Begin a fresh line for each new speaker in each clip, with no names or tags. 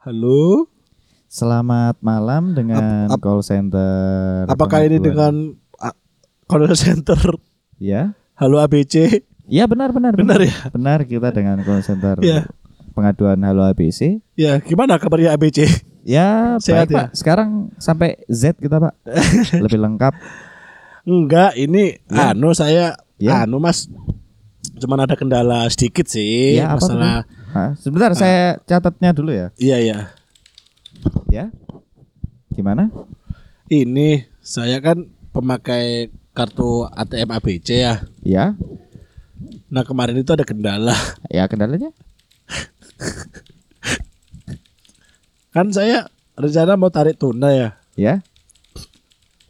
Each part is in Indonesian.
Halo,
Selamat malam dengan
Ap- ap-
call center.
apakah ini
pengaduan.
dengan a- call center?
Ya,
Halo ABC,
ya benar benar
benar ya?
Benar kita dengan call center
Ya.
pengaduan Halo ABC.
Ya, gimana kabarnya ABC?
Ya,
Sehat
baik
ya?
Pak. Sekarang sampai Z kita Pak. Lebih lengkap.
Enggak, ini
Ya.
anu saya
Ya.
anu Mas cuman ada kendala sedikit sih
Ya, apa
masalah Ah.
Hah, sebentar saya catatnya dulu ya.
iya ya.
Ya. Gimana?
Ini saya kan pemakai kartu ATM ABC ya.
Ya.
Nah, kemarin itu ada kendala.
Ya kendalanya?
Kan saya rencana mau tarik tunai ya.
Ya.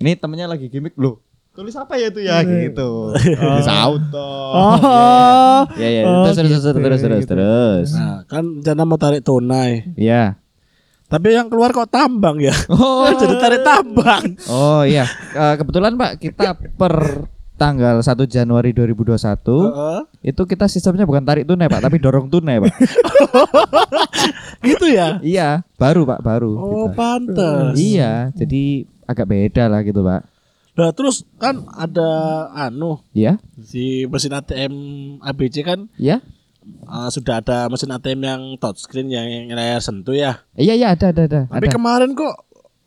Ini temennya lagi gimmick loh. Tulis apa ya itu ya gitu. Tulis auto.
Iya. Oh,
Ya ya,
Oh,
terus, terus, terus
gitu,
terus terus
gitu.
terus.
Nah, kan rencana mau tarik tunai.
Ya.
Tapi yang keluar kok tambang ya.
Oh,
Jadi tarik tambang.
Oh iya, Eh, kebetulan Pak kita per tanggal 1 Januari 2021
Heeh.
itu kita sistemnya bukan tarik tunai Pak, tapi dorong tunai Pak.
gitu ya.
iya, baru Pak, baru.
Oh
kita.
pantes.
Iya, jadi agak beda lah gitu Pak.
Nah terus kan ada anu
Ya,
si mesin ATM ABC kan
ya,
uh, sudah ada mesin ATM yang touchscreen yang, yang layar sentuh ya.
iya iya ada ada ada.
Tapi
ada.
kemarin kok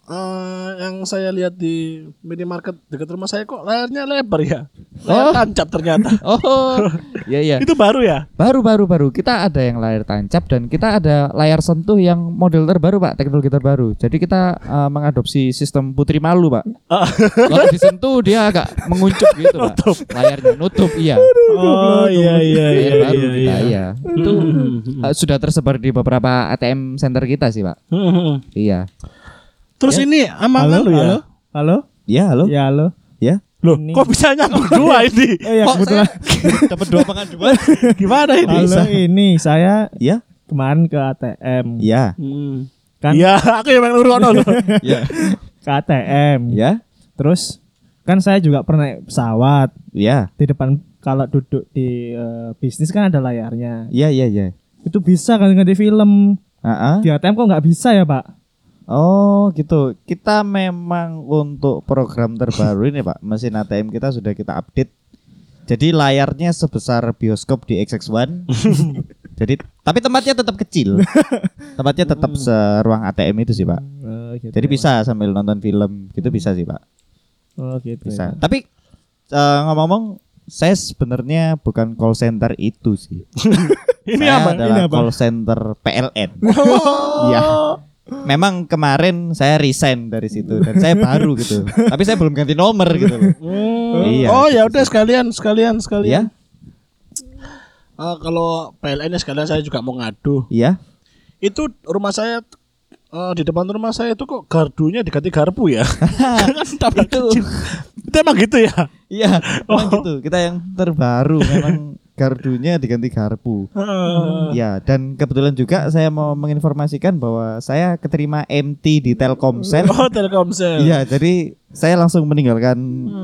uh, yang saya lihat di minimarket dekat rumah saya kok layarnya lebar ya. Layar
Oh.
tancap ternyata.
Oh, iya iya.
Itu baru ya.
Baru baru baru kita ada yang layar tancap dan kita ada layar sentuh yang model terbaru Pak, teknologi terbaru. Jadi kita eh, mengadopsi sistem putri malu Pak.
Ah,
Kalau disentuh dia agak menguncup gitu Pak. Layarnya nutup iya.
oh iya iya
Layar
iya
baru
iya.
kita,
iya. hmm,
iya. Itu eh, sudah tersebar di beberapa ATM center kita sih Pak.
Hmm.
Iya.
Terus ini aman
halo,
lu ya?
halo, halo,
Ya halo.
Iya.
ya halo.
Ya.
Loh,
Ini-
kok bisa nyambung dua ini?
Eh, ya
Kok
kebetulan.
dapat dua pengaduan?
Gimana ini?
Halo, ini saya
Ya.
kemarin ke ATM,
Ya.
Hmm.
Kan-
Iya, aku yang pengen nurut loh.
Ya.
ke ATM.
Ya.
Terus kan saya juga pernah naik pesawat
Ya.
di depan kalau duduk di eh, bisnis kan ada layarnya.
Ya ya ya.
Itu bisa kan ganti film.
Ah, ah.
Di ATM kok nggak bisa ya, Pak?
Oh gitu. Kita memang untuk program terbaru ini Pak, mesin ATM kita sudah kita update. Jadi layarnya sebesar bioskop di XX1. Jadi tapi tempatnya tetap kecil. Tempatnya tetap seruang ATM itu sih Pak.
Oh, gitu.
Eh, Jadi bisa sambil nonton film gitu bisa sih Pak.
Oh, gitu.
Bisa. Tapi eh, ngomong-ngomong saya sebenarnya bukan call center itu sih.
Ini
saya
apa?
adalah
Ini apa?
call center PLN. Iya. Memang kemarin saya resign dari situ dan saya baru gitu. Tapi saya belum ganti nomor gitu loh.
Hmm.
Iya.
Oh ya udah sekalian, sekalian,
Iya.
sekalian. Eh, kalau PLN ya sekalian saya juga mau ngadu.
Iya.
Itu rumah saya eh, di depan rumah saya itu kok gardunya diganti garpu ya. kan tabrak kecil. Itu emang gitu ya.
Iya, memang gitu. Kita yang terbaru memang gardunya diganti garpu. Ya, dan kebetulan juga saya mau menginformasikan bahwa saya keterima MT di Telkomsel.
oh Telkomsel.
Iya, jadi saya langsung meninggalkan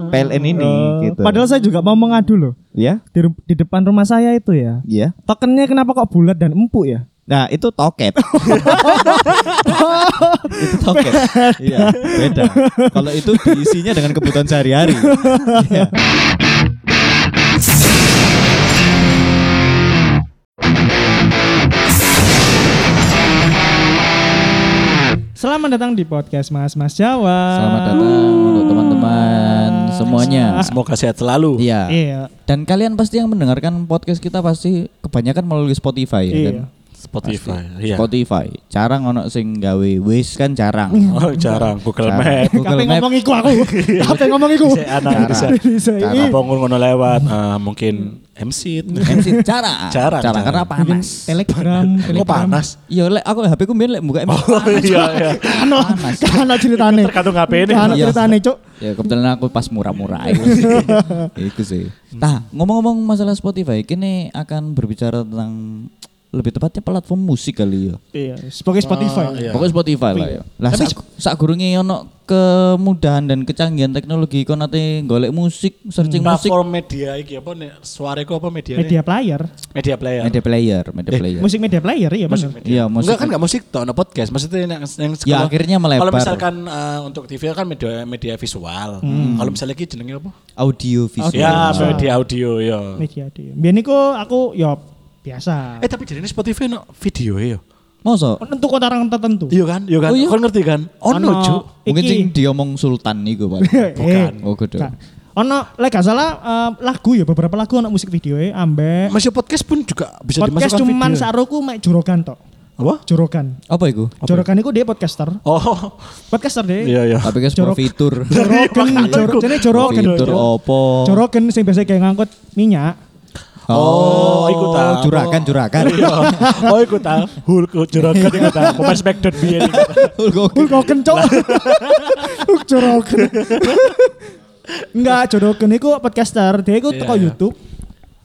PLN ini
Eh,
gitu.
Padahal saya juga mau mengadu loh.
ya,
Di, ru- di depan rumah saya itu ya.
ya.
Tokennya kenapa kok bulat dan empuk ya?
Nah, itu toket. itu toket. Iya, beda. Kalau itu diisinya dengan kebutuhan sehari-hari. Iya.
Selamat datang di podcast Mas Mas Jawa.
Selamat datang untuk teman-teman semuanya.
Semoga sehat selalu.
Iya.
Ah. Iya.
Dan kalian pasti yang mendengarkan podcast kita pasti kebanyakan melalui Spotify ya kan?
Iya.
Spotify. Iya.
Spotify. Jarang ono sing gawe wis kan
Iya.
jarang.
Oh, jarang Google
Jarang.
Map.
Google
Kape
Map.
ngomong iku aku. Kape ngomong iku. Iya,
Saya anak bisa.
Bisa
Cara
ini.
pengur ngono lewat eh, mungkin MC.
MC jarang.
Jarang,
Jarang
jarang.
karena panas.
Telegram,
Kok
Telegram.
panas?
Iya, lek aku HP ku mbien lek buka MC.
Oh iya iya.
Kano, kano Kan ceritane.
Tergantung HP ini.
Kano
Iya.
ceritane, Cuk.
Ya kebetulan aku pas murah-murah itu sih. Hmm. Itu sih. Nah, ngomong-ngomong masalah Spotify, kini akan berbicara tentang lebih tepatnya platform musik kali ya.
Iya, sebagai Spotify.
iya.
Pokoknya Spotify lah ya. Lah
Tapi
sak, sak gurunge ono kemudahan dan kecanggihan teknologi kon nate golek musik, searching musik,
Platform media iki apa nek suareku apa media
Media player.
media player.
media player, media
Iya.
player.
Musik media player ya, bener.
Iya, musik.
Enggak kan enggak musik toh, no podcast. Maksudnya yang, yang
Ya, akhirnya melebar.
Kalau misalkan eh, untuk TV kan media media visual. Kalau misalnya iki jenenge apa?
audio Hmm. visual.
Ya, media audio ya.
Media dia. Biar niku aku ya biasa.
Eh tapi jadi Spotify no video ya.
Masa?
Untuk orang tertentu. iya.
Iya kan, iya kan.
Oh, iya.
Kau ngerti kan? Oh no,
Ono.
Cuk.
Mungkin
Iki.
sing diomong Sultan iku, Pak.
Bukan.
Oh, kudu.
Nah, Ono, lek gak salah eh, lagu ya beberapa lagu ono musik video ya, ambek
Masih podcast pun juga bisa
podcast
dimasukkan
cuman
video.
saroku mek jorokan tok.
Apa?
Jorokan.
Apa iku?
Jorokan itu dia podcaster.
Oh,
Podcaster dia.
iya iya.
Tapi guys pro
Jorok.
fitur.
Jorokan,
Makanya
jor-
iku.
jadi
Pro
jorokan.
fitur
Jor-
opo?
Jorokan sing biasa kayak ngangkut minyak.
Oh, iku ta.
Jurakan, jurakan.
Iya. Oh, ikut tahu. Hulk juragan ikut tahu. Pemain Smackdown biyen iku tahu.
Oke.
Hulk Hogan cok. Hulk Jorokan. Enggak, Jorokan itu podcaster. Dia itu
Iya,
toko
iya.
YouTube.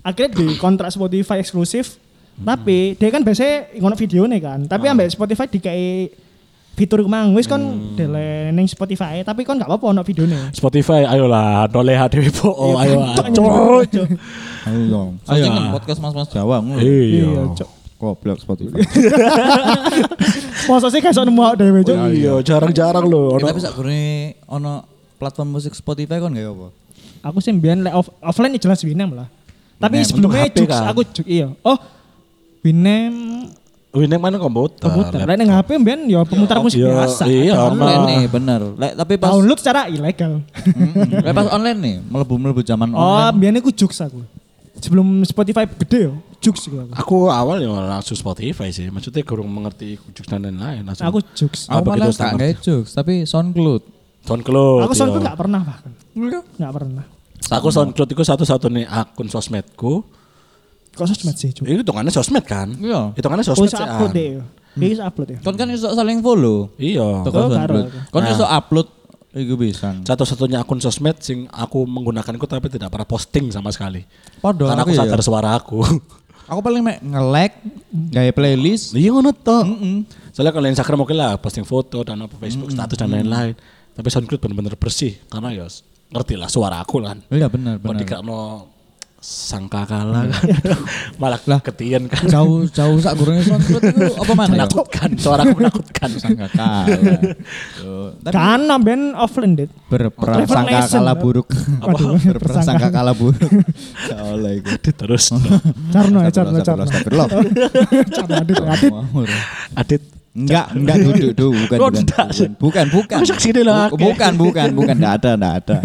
Akhirnya di kontrak Spotify eksklusif.
Hmm.
Tapi dia kan biasanya ngono video nih kan.
Ah.
Tapi ambek Spotify dikai fitur kemang wis kon
Hmm.
delete ning Spotify tapi kon gak apa-apa ono videone. kan
Spotify, ayolah, noleh Dewi Po, oh, ayo,
Cok.
cok.
Ayo.
Soalnya kan podcast mas-mas Jawa ngono.
Iya,
Iya,
cok.
Goblok Spotify.
Iya,
Masa sih gak iso nemu awak dhewe cok.
Oh, iya, jarang-jarang loh.
Eh, Tapi sak gurunge ono platform musik Spotify kon gak ya, apa?
Aku sih mbiyen lek off, offline ya jelas Winem lah. Tapi
Winem.
sebelumnya
Untuk HP
Jux,
kan?
aku Jux, iya. Oh, Winem
Winning mana komputer?
komputer. Lain yang HP mbiyen ya pemutar
Ah,
musik
iya,
biasa.
iya,
Download.
online.
Online nih, bener. Lek tapi pas
Download secara ilegal.
Mm-mm. Lek pas online nih, melebu-melebu zaman
oh,
Iya.
online.
mbiyen aku Jux aku. Sebelum Spotify gede ya, Jux gitu aku.
Aku awal ya langsung Spotify sih, maksudnya kurang mengerti kujuk dan lain-lain. Langsung.
Nah, Aku Jux.
Ah,
Aku
begitu
malah gak
standar.
nge jokes, tapi SoundCloud.
SoundCloud.
Aku soalnya
iya.
gak pernah bahkan. Gak pernah.
Aku SoundCloud itu satu-satunya akun sosmedku.
Kok sosmed sih, Jux?
Itu hitungannya sosmed kan?
Iya.
Hitungannya
Oh,
Iya, sosmed
iso
sih. ah. Hmm.
upload
An.
deh. ya. Dia iso upload ya.
Kon kan iso saling follow.
Iya.
Toko
Oh, karo
SoundCloud.
aku.
Kon
Nah.
iso upload iku bisa.
Satu-satunya akun sosmed sing aku menggunakan itu tapi tidak pernah posting sama sekali.
Padahal
Karena
aku
aku
ya.
sadar suara aku.
Aku paling mek nge-lag, gawe playlist.
Iya ngono toh.
Mm-mm.
Soalnya kalau Instagram oke lah posting foto dan apa Facebook status dan lain-lain. Tapi SoundCloud benar-benar bersih karena ya s- ngerti lah suara aku kan.
Iya benar
Kalau
benar.
dikakno sangka kalah kan malah
Lah.
ketian kan.
Jauh jauh sak gurunge SoundCloud iku apa mana? ya?
Menakutkan, suara aku menakutkan.
Sangka kalah. Tuh. Tapi
Kan ben offline deh.
Hmm.
Berperang
Revelation.
sangka kalah buruk.
Apa?
Berperang sangka kalah buruk. Ya Allah iku.
Terus
Carno ya, Carno, Carno.
Astagfirullah, astagfirullah.
Carno, aduh, aduh.
Ngawur.
Adit
Enggak, enggak duduk duduk bukan
Oh,
bukan
enggak sih.
bukan bukan bukan.
Masa kesini lah,
Bu-
oke.
Bukan bukan bukan enggak ada enggak ada.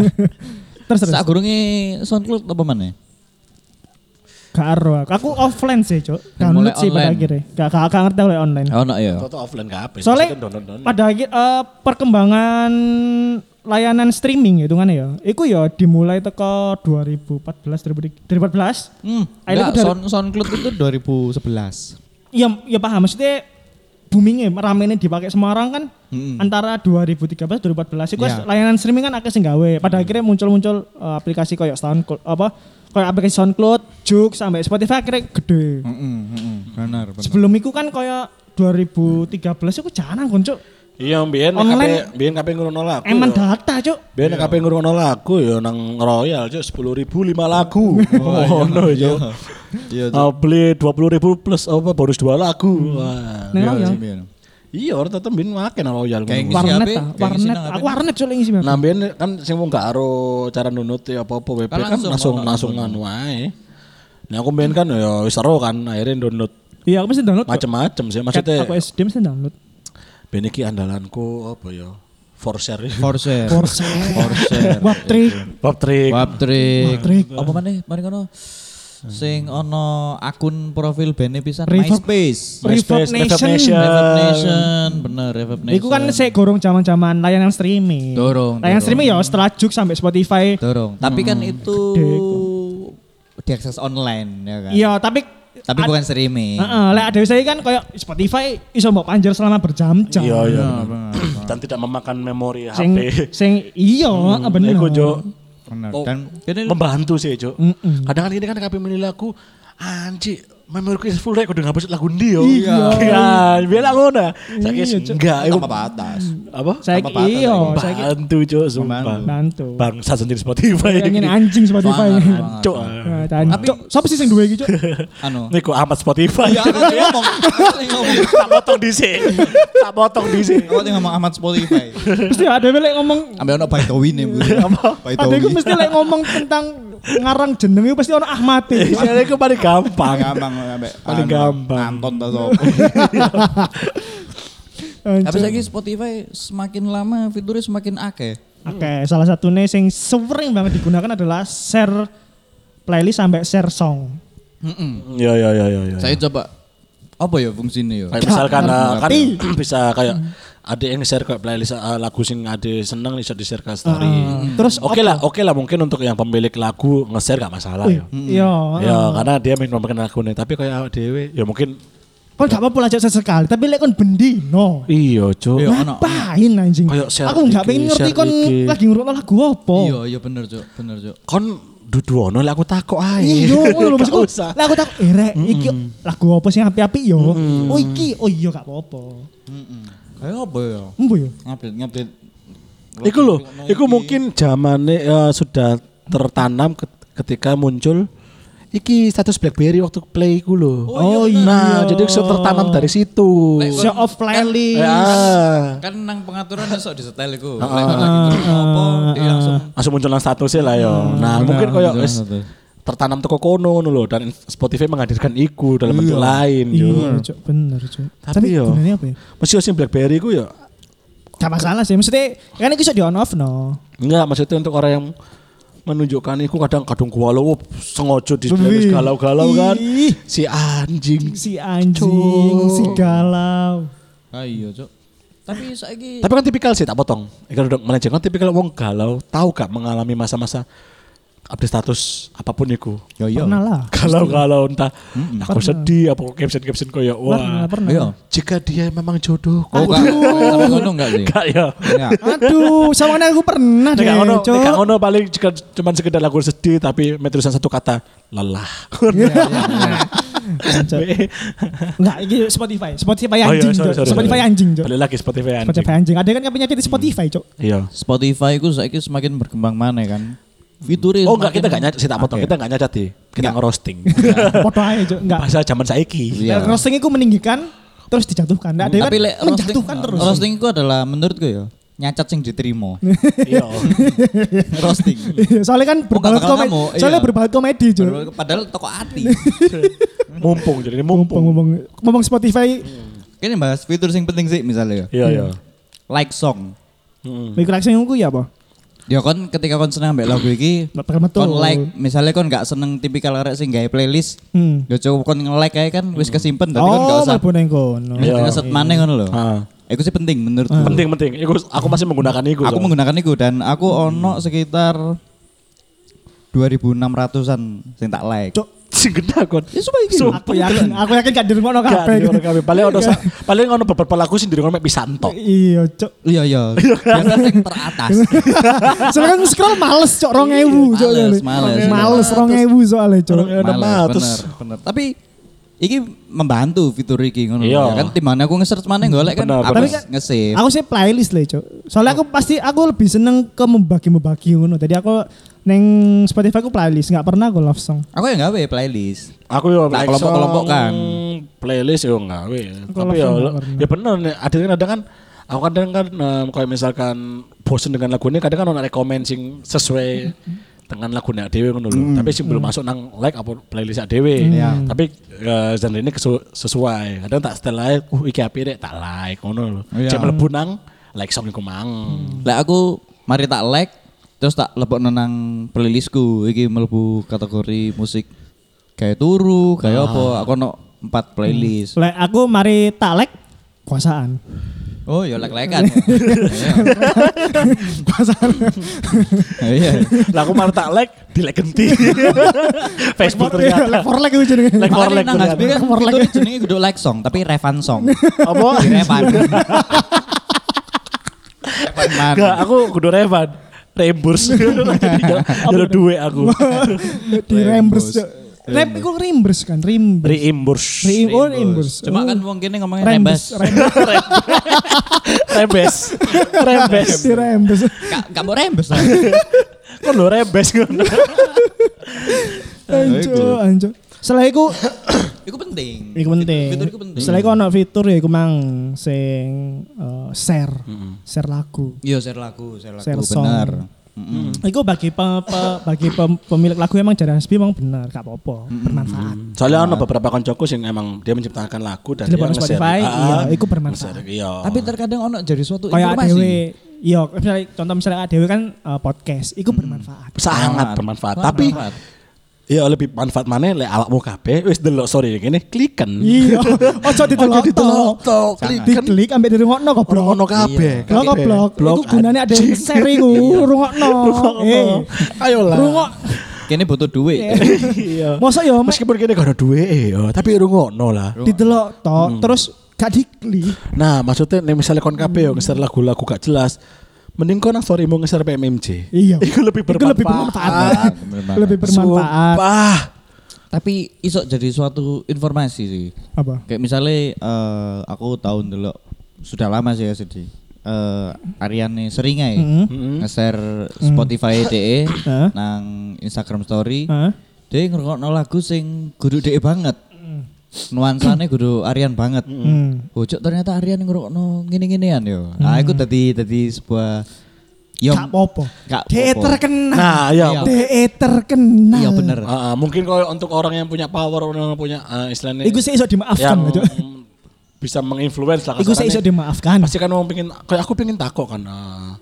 Terus, terus.
sak gurunge SoundCloud apa mana?
Gak ero aku. Aku offline sih, Cuk.
Dan mulai
Download sih pada
online.
akhirnya. Gak, gak, gak ngerti oleh online.
Ono ya.
foto offline gak apa.
Soalnya pada akhir eh, perkembangan layanan streaming itu kan ya. Iku ya dimulai teko 2014 2014.
Hmm, enggak,
Akhirnya aku dari-
Sound, SoundCloud itu 2011.
Ya ya paham maksudnya boomingnya ramenya dipakai Semarang kan
Mm-mm.
antara 2013 2014 itu
Ya.
layanan streaming kan akeh sing gawe.
Hmm.
Pada akhirnya muncul-muncul eh, aplikasi koyo SoundCloud apa koyo aplikasi SoundCloud, Joox sampai Spotify akhirnya
Heeh,
gede. Hmm,
heeh. Benar, benar.
Sebelum itu kan koyo 2013 aku jarang kon, Cuk.
Iya, biyen
Online-
kabeh biyen kabeh ngono lah. aku
Eman
ya.
Iya.
data, Cuk.
Ben nek kabeh ngrungokno lagu ya nang Royal cuk 10.000 lima lagu. Oh no yo.
Iya,
Ah, beli 20.000 plus apa bonus dua lagu. Wah.
Nang Royal.
Iya, orang tetep ben makin nang Royal.
Kayak
ngono.
ngisi
iya. warnet
HP,
ah,
kayak ngisi
warnet
nang
aku
HP.
warnet soalnya ngisi
Nah, ben kan sing wong gak aro cara nunuti apa-apa WP
Kan
kan
langsung,
langsung langsung anu wae. Nah, aku ben kan ya wis seru kan akhirnya download
iya aku mesti download kok.
macem-macem sih
Cat
maksudnya
aku SD mesti download
ben iki andalanku apa ya? For share.
Forshare.
Corsair
Forshare.
Wap Trick
iya.
Bob Trick.
Waptrik.
Waptrik.
Apa maneh? Mari kono. Sing ono akun profil bene pisan
Reverb-
MySpace.
MySpace,
Reverb Nation.
Reverb Nation, bener Reverb Nation.
Iku kan saya gorong zaman-zaman layanan streaming.
Nah, Dorong,
Layanan
dorong.
streaming ya setelah juk sampai Spotify.
dorong. Tapi kan itu
Hmm. Gede
diakses online ya kan.
Iya, tapi
Tapi bukan streaming.
Heeh, lek ada saya kan koyo Spotify iso mbok panjer selama berjam-jam.
Iya, iya. bener. Dan tidak memakan memori
Sing
HP.
sing iya
Hmm,
bener.
Iku Jo
Benar.
Oh.
Dan
Kene
membantu sih Jo.
Mm-mm.
Kadang kan ini kan kabeh milih lagu anji memoriku is full rek kudu ngapus lagu ndi yo.
Iya.
Iya, biar ngono. Saiki
Iya, Cuk.
enggak iku
Tambah batas.
apa?
Saya
Apa-apa,
iya, saya ki-
Bantu cuk sumpah.
Bantu.
Bangsa sendiri Spotify.
Yang ini anjing Spotify ini.
Sangar,
Cuk.
Nah, Cok, siapa sih yang dua iki, Cok?
Anu. ya,
Niku amat Spotify.
Iya, aku tadi ngomong. aku tadi ngomong.
tak potong dhisik. Tak potong dhisik.
Aku tadi ngomong Ahmad Spotify.
Mesti ada lek ngomong
Ambil ono Pak Towi nih. Bu.
ada
Pak Towi.
Iya, iku mesti lek ngomong tentang ngarang jenenge pasti ono Ahmad.
Jadi aku paling
Ah,
gampang.
Paling gampang. ambek
Paling
anu,
gampang.
Anton tau tau.
Eh,
Tapi saiki Spotify semakin lama fiturnya semakin akeh.
Oke, salah satunya sing sering banget digunakan adalah share playlist sampai share song.
Ya ya ya ya ya.
Saya coba apa ya fungsinya ya?
Kayak misalkan uh, kan bisa kayak ada yang share kayak playlist uh, lagu sing ade seneng bisa di share ke story.
terus
oke lah, oke lah mungkin untuk yang pemilik lagu nge-share gak masalah ya.
Iya.
Ya karena dia memang memperkenalkan lagunya, tapi kayak awak dhewe ya mungkin
Kon gak apa-apa lah Cok, sesekali, tapi lek kon bendino.
iya, Cuk.
Iya, ono.
Ngapain anjing?
Kayak share
Aku
iki,
gak pengen ngerti
share
kon
iki.
lagi ngurut lagu
Oh.
apa.
Iya, iya bener, Cuk. Bener, Cuk.
Kon dudu ono lah aku takok ae.
Iya, ngono lho
Gak
maksudku.
usah. Hmm.
Lah aku tak eh rek, iki lagu apa sih api-api yo? Oh iki, oh iya gak apa-apa.
Kayak apa ya?
Embo yo.
Ngupdate, ngupdate.
Iku loh, iku mungkin zamane eh, sudah tertanam ket- ketika muncul iki status BlackBerry waktu play iku loh.
Oh, iya.
Nah, jadi sudah tertanam dari situ.
Lek-
Show
Eh,
off playlist.
Ya.
Kan nang pengaturan iso disetel iku.
Ah,
Lek kon lagi ngerti apa, dia langsung
Langsung muncul nang statusnya lah yo.
Hmm,
Nah, mungkin koyo
muncul nang
wis
status.
tertanam teko kono ngono lho dan Spotify menghadirkan iku dalam bentuk lain yo.
Iya, Cok, bener, Cok.
Tapi
Tapi
yo.
gunanya apa ya?
Mesti sing BlackBerry iku yo.
Gak masalah sih, maksudnya kan itu bisa di on off no.
Enggak, maksudnya untuk orang yang menunjukkan iku kadang kadung gua lo wup, sengaja di playlist galau-galau kan.
Ih.
Si anjing.
Si anjing,
Cuk.
si galau.
Ah iya, Cuk. Tapi saiki
Tapi kan tipikal sih tak potong. Ikan udah melenceng kan tipikal wong galau, tahu gak mengalami masa-masa update status apapun iku.
Ya iya.
Pernah lah.
Galau-galau entah aku sedih apa caption-caption koyo
Hmm, Pernah,
wah.
Ah,
pernah.
Iya.
Jika dia memang jodoh.
Oh, enggak. Tapi ngono enggak sih?
Enggak ya.
Enggak.
Aduh, sama kan aku pernah deh,
Nek ono,
Cok.
nek ono paling jika cuman sekedar lagu sedih tapi metulisan satu kata lelah. iya,
Enggak, ini Spotify. Spotify
Oh iya,
anjing,
sorry,
Cok.
sorry,
Spotify
sorry.
anjing, Cok.
Balik lagi Spotify anjing.
Spotify anjing. Ada kan kan penyakit di Spotify, Cok.
Iya.
Spotify ku saiki semakin berkembang mana kan. Fiturnya
Oh enggak kita
semakin-
enggak nyacat, sih tak potong. Kita enggak nyacat sih. Kita ngerosting.
Foto Nah, aja, Cok. Enggak.
Bahasa zaman saiki.
Iya. Hmm,
Nah, Roasting itu meninggikan terus dijatuhkan. Enggak, ada kan
Tapi lek roasting,
menjatuhkan terus.
roasting itu adalah menurutku ya nyacat sing diterima.
Iya.
roasting.
Iya, soalnya kan berbalut
bakal
komedi.
kamu, iya.
Soalnya berbalut komedi, Cok.
Padahal toko ati.
Mumpung jadi ini
Mumpung
mumpung.
ngomong ngomong Spotify,
Kini bahas fitur sing penting sih misalnya ya.
Iya, iya.
Like song.
Hmm.
mikrasi yang ya apa?
Ya kon ketika kon seneng ambek lagu iki,
Betul, betul.
kon like, misalnya kon gak seneng tipikal arek sing gawe playlist,
Hmm.
ya cukup kon nge-like ae kan wis kesimpen dadi kon gak
Oh,
usah.
malah boneng kono.
Wis ngeset maneh ngono lho.
Ah.
Iku sih penting menurutku.
Ah.
Penting-penting. Iku aku masih menggunakan iku.
Aku
soalnya.
menggunakan itu dan aku
Hmm.
ono sekitar 2600-an sing tak like.
Cuk,
sing genah kon.
Ya sumpah iki.
Sumpah.
aku yakin, aku yakin gak dirungokno
Gak
kabeh.
ada orang kabeh. Paling ono sa- paling ono beberapa lagu sing dirungokno mek pisan tok.
Iya, Cok.
Iya iya. Biasa sing teratas.
Soalnya kan scroll males, Cok, 2000, Cok.
Males,
soalnya.
males.
Males 2000 soalnya, Cok.
Orang- 600.
Males, bener, bener. Tapi iki membantu fitur iki ngono.
Iya.
Ya kan timbang aku nge-search maneh golek kan
Bener,
aku
bener.
harus nge-save.
Aku sih playlist lah, Cok. Soalnya aku pasti aku lebih seneng ke membagi-membagi ngono. Tadi aku neng Spotify aku playlist, nggak pernah aku love song.
Aku yang gawe playlist.
Aku yo
Tak
like
kelompok-kelompok
song,
kan.
Playlist yo ngawe. Tapi
love
yo
song
lo-
gak pernah.
ya bener nek adil kadang kan aku kadang kan em, kayak misalkan bosen dengan lagu ini kadang kan ono rekomend sing sesuai dengan lagu nek dhewe ngono
Hmm.
lho. Tapi sing
Hmm.
belum masuk nang like apa playlist nek dhewe.
Ya.
Tapi eh, genre ini kesu- sesuai. Kadang tak setel ae, uh iki apik rek tak like ngono lho.
Iya.
Jek mlebu nang like song iku
Hmm.
mang.
Lah aku mari tak like terus tak lebok nang playlistku iki mlebu kategori musik kayak turu, kayak apa. Aku ono 4 playlist.
Soalnya aku mari talek kuasaan.
Oh, ya lek-lekan.
kuasaan.
Iya.
Lah aku malah tak like, di like genti. Facebook
Like
ternyata.
for like itu jenenge.
Like for like.
Makanya nang
ternyata.
Hasbi kan fiturnya jenenge kudu like song, tapi revan song.
Apa?
Revan. Revan man.
Enggak, aku kudu Revan. Reimburse. Jadi tinggal- Jalur duit aku.
Di reimburse, Cok. Rap itu reimburse kan, reimburse.
reimburse
Reim- oh, reimburse.
Cuma
Oh.
kan wong kene ngomongnya nebas.
Rembes, rembes,
rebes rebes
di rembes.
Gak gak mau rembes. lah.
kok lo Kan rebes ngono
Anjo, anjo. Setelah itu,
Iku penting.
itu penting.
Fitur iku penting.
Setelah itu ada fitur ya, iku mang sing eh, share, share lagu.
Iya, share lagu, share lagu.
Share song.
bener.
Iku bagi pe- pe- bagi pem- pemilik lagu emang jarang sepi emang benar, gak apa-apa, bermanfaat.
soalnya ada beberapa koncoku sing emang dia menciptakan lagu dan dia
Di depan
nge-share.
Spotify,
Ah,
iya, itu bermanfaat.
nge-share, iya
Tapi terkadang ono jadi suatu
Kayak ADW,
informasi.
iya, misalnya, contoh misalnya ADW kan eh, podcast, itu bermanfaat.
sangat bermanfaat tapi
Bermanfaat.
ya lebih manfaat mana lek awakmu kabeh wis delok sorry gini kliken
Iya, ojo ditelok.
ditelok tok kliken
Diklik ambek dirungokno
ono
goblok.
ono kabeh
Blok
kabeh.
goblok. Iku gunanya ada
anjing. Iya.
share iku, rungokno. Eh,
ayolah
rungok.
Kene butuh duit.
iya
Mosok yo mek
meskipun kene gak ada duwe ya tapi rungokno lah
didelok to,
Hmm.
terus gak diklik.
nah maksudnya nih misalnya kon kabeh yo ngeser lagu-lagu gak jelas mending kon nang storymu ngeser PMMJ
Iya.
iku lebih
Iku
bermanfaat
lebih bermanfaat.
Bermanfaat.
Lebih bermanfaat.
Sumpah.
Tapi iso jadi suatu informasi sih.
Apa?
Kayak misalnya
Eh,
aku tahun dulu sudah lama sih ya sedih. Eh Ariane seringai ya. nge-share Spotify DE
Heeh.
nang Instagram story.
Heeh.
Dia ngerungokno lagu sing guru DE banget. Nuansanya guru Arian banget.
Mm. Hmm.
Bocok ternyata Arian ngerungokno ngene-ngenean yo. Nah, aku tadi tadi sebuah yo
Gak apa-apa.
Gak
Dia
apa-apa.
terkenal.
nah iya
Dia terkenal.
Iya bener.
Ah, ah, mungkin kalau untuk orang yang punya power, orang yang punya ah, istilahnya
Iku sih iso dimaafkan.
yang
Cuk.
bisa menginfluence lah
Iku sih
kasarannya.
iso dimaafkan.
pasti kan mau pengen kayak aku pengen takok kan ah,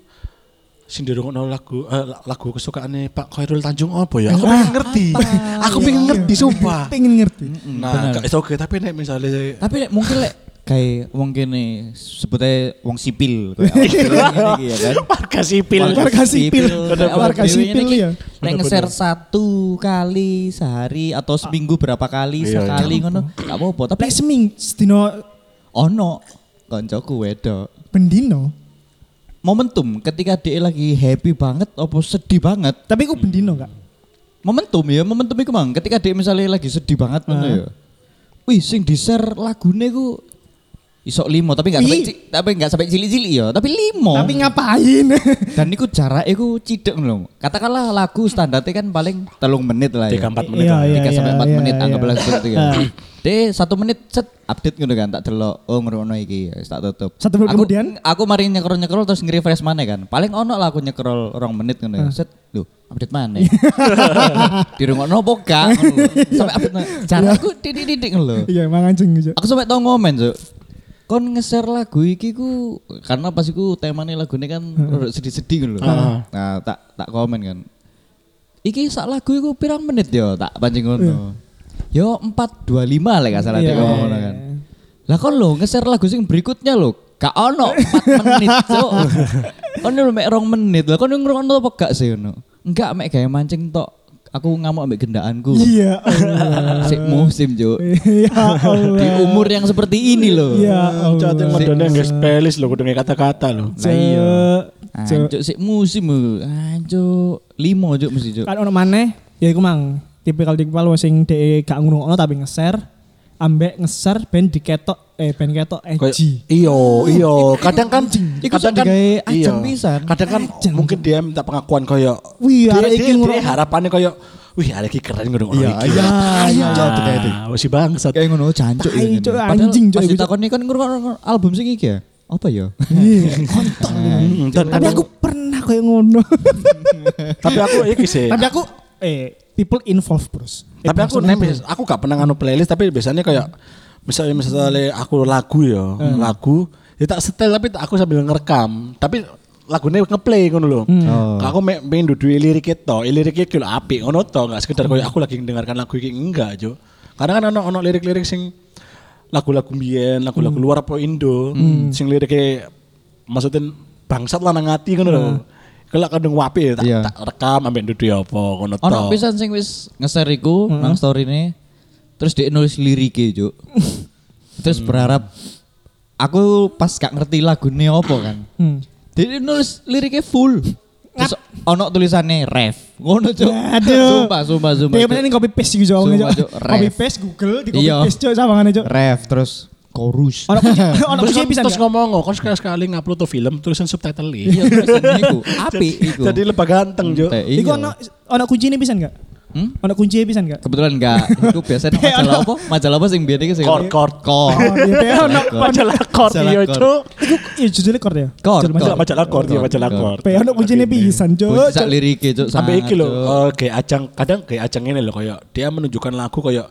sing dirungokno lagu eh, lagu kesukaannya Pak Khairul Tanjung apa ya aku pengen ngerti aku pengen ngerti sumpah
Iya. Pengen ngerti.
nah gak oke tapi nek misalnya
Tapi lek mungkin lek kayak wong kene sebutnya wong sipil kayak awak dhewe ngene iki ya kan.
warga sipil
Warga sipil.
kayak awak
Warga
dhewe
sipil
ngene iki,
ya.
Nek nge-share satu kali sehari atau seminggu berapa kali
Ah. Iya,
sekali ngono. Gak apa-apa, tapi
Lek seming sedino
ono koncoku wedok.
bendino.
Momentum ketika dia lagi happy banget apa sedih banget.
Tapi aku bendino gak?
Momentum ya, momentum iku mang. Ketika dia misalnya lagi sedih banget ngono ya. Wih, sing di-share lagune ku isok limo tapi nggak sampai
Ih.
ci- tapi nggak sampai cilik-cilik ya tapi limo
Tapi ngapain?
Dan niku jaraknya iku cidek loh. Katakanlah lagu standarnya kan paling telung menit lah
tiga
ya.
empat
Iya,
menit
iya.
Tiga sampai empat menit
iya.
anggaplah seperti itu.
Ah.
De satu menit set update gitu kan tak delok oh ngerono iki wis tak tutup.
Satu menit
aku,
kemudian?
aku mari nyekrol nyekrol terus nge-refresh mana kan. Paling ono lah aku nyekrol rong menit ngono ya. Set lho update mana? Di rumah nopo gak ngono lho. sampai update mana. Jarakku titik-titik lho.
Iya, emang anjing gitu.
Aku sampai tau ngomen tuh. Kon nge-share lagu iki ku karena pas iku temane lagune kan rada sedih-sedih gitu loh. Nah, tak tak komen kan. Iki sak lagu iku pirang menit yo tak pancing ngono. Yo 425 lek gak salah
Iya,
dek ngomong ngono
iya,
kan. Lah kon lho nge-share lagu sing berikutnya lho. Gak ono 4 menit, Cuk. kon lho mek 2 menit. Lah kon ngrungokno apa gak sih ngono? Enggak mek gawe mancing tok. Aku ngamuk ambek gendaanku.
Iya. Allah.
Sik musim, Cuk.
Ya Allah.
Di umur yang seperti ini loh.
Ya Allah.
Cate madone nggak pelis lho kudu nggak kata-kata lho.
Lah iya.
Cuk.
Anjuk sik musim lho. Anjuk limo juk mesti juk.
Kan ono maneh, ya iku mang tipikal tipikal wong sing dhek gak ngrungokno tapi nge-share ambek nge-share ben diketok eh ben ketok edgy.
Iyo, iyo. Kadang kan, kadang kan,
digawe ajeng
iyo.
pisan.
Kadang kan mungkin dia minta pengakuan koyo.
Wih, arek iki
dia, dia
ngurung-
harapannya koyo. Wih, ada iki keren ngono ngono iki.
iya, iya.
Ah, si bangsat.
Kayak ngono jancuk
Tai,
ini.
Cuk,
Padahal
anjing, Cuk,
Pas
iku, Cuk.
ditakoni kan ngurung album sing iki ya. Apa ya?
Iya.
Hmm, Dan
Tapi aku pernah kayak ngono.
tapi aku iki sih.
Tapi aku eh people involved bros. Eh,
tapi aku
personal,
nem aku gak pernah nganu playlist tapi biasanya kayak misalnya misalnya aku lagu ya
Hmm.
lagu ya tak setel tapi tak- aku sambil ngerekam tapi lagunya ngeplay ngono lho.
Hmm.
Aku me- pengen dudu lirik itu, lirik itu apik ngono to, enggak sekedar
Hmm.
koyo aku lagi mendengarkan lagu iki enggak, Jo. Karena kan ono ono lirik-lirik sing lagu-lagu mbiyen, lagu-lagu
Hmm.
luar apa Indo, sing liriknya maksudnya bangsat lah nang ati ngono lho. Kelak kadung wapi ya, tak,
Hmm. Iya.
tak rekam ambek dudu apa ngono to.
Ono pisan sing wis nge-share iku
Hmm.
nang story ini. Terus dia nulis liriknya juk. Terus berharap aku pas gak ngerti lagunya apa kan.
Hmm.
Dia nulis liriknya full. Terus ono tulisannya ref. Ngono cuk.
Aduh.
Sumpah, sumpah, sumpah.
Dia
Cuk.
ini copy paste gitu awalnya,
Sumpah,
Cok.
Cuk, ref.
Copy paste Google di copy
Iya.
paste Cok sawangane Cok.
Ref terus
Chorus.
Ono kunci
Eh,
ono
Terus,
kunci
kan-
pisan.
terus
Cok.
ngomong kok sekali sekali ngupload tuh film tulisan subtitle
Iya, tulisan iku. Apik iku.
Jadi lebih ganteng Jo.
Teh,
Iku
iya.
ono ono kuncine pisan enggak?
Hmm?
Ono kuncinya pisan enggak?
Kebetulan enggak. Itu biasanya majalah apa? Majalah apa sing biyen iki sing
Kord, kord.
Kord.
Oh, iya, Teh, ono
Majalah kord
Majalah
iya
kord.
Jo.
Iku ya judulnya kord ya.
Kord.
Judul majalah.
Majalah majalah kord iya majalah kord.
Pe ono kuncinya pisan Cok.
Sak lirike cuk.
Sampai
sangat,
iki Oh,
Cuk.
loh, kayak ajang kadang kayak ajang ini loh kayak dia menunjukkan lagu kayak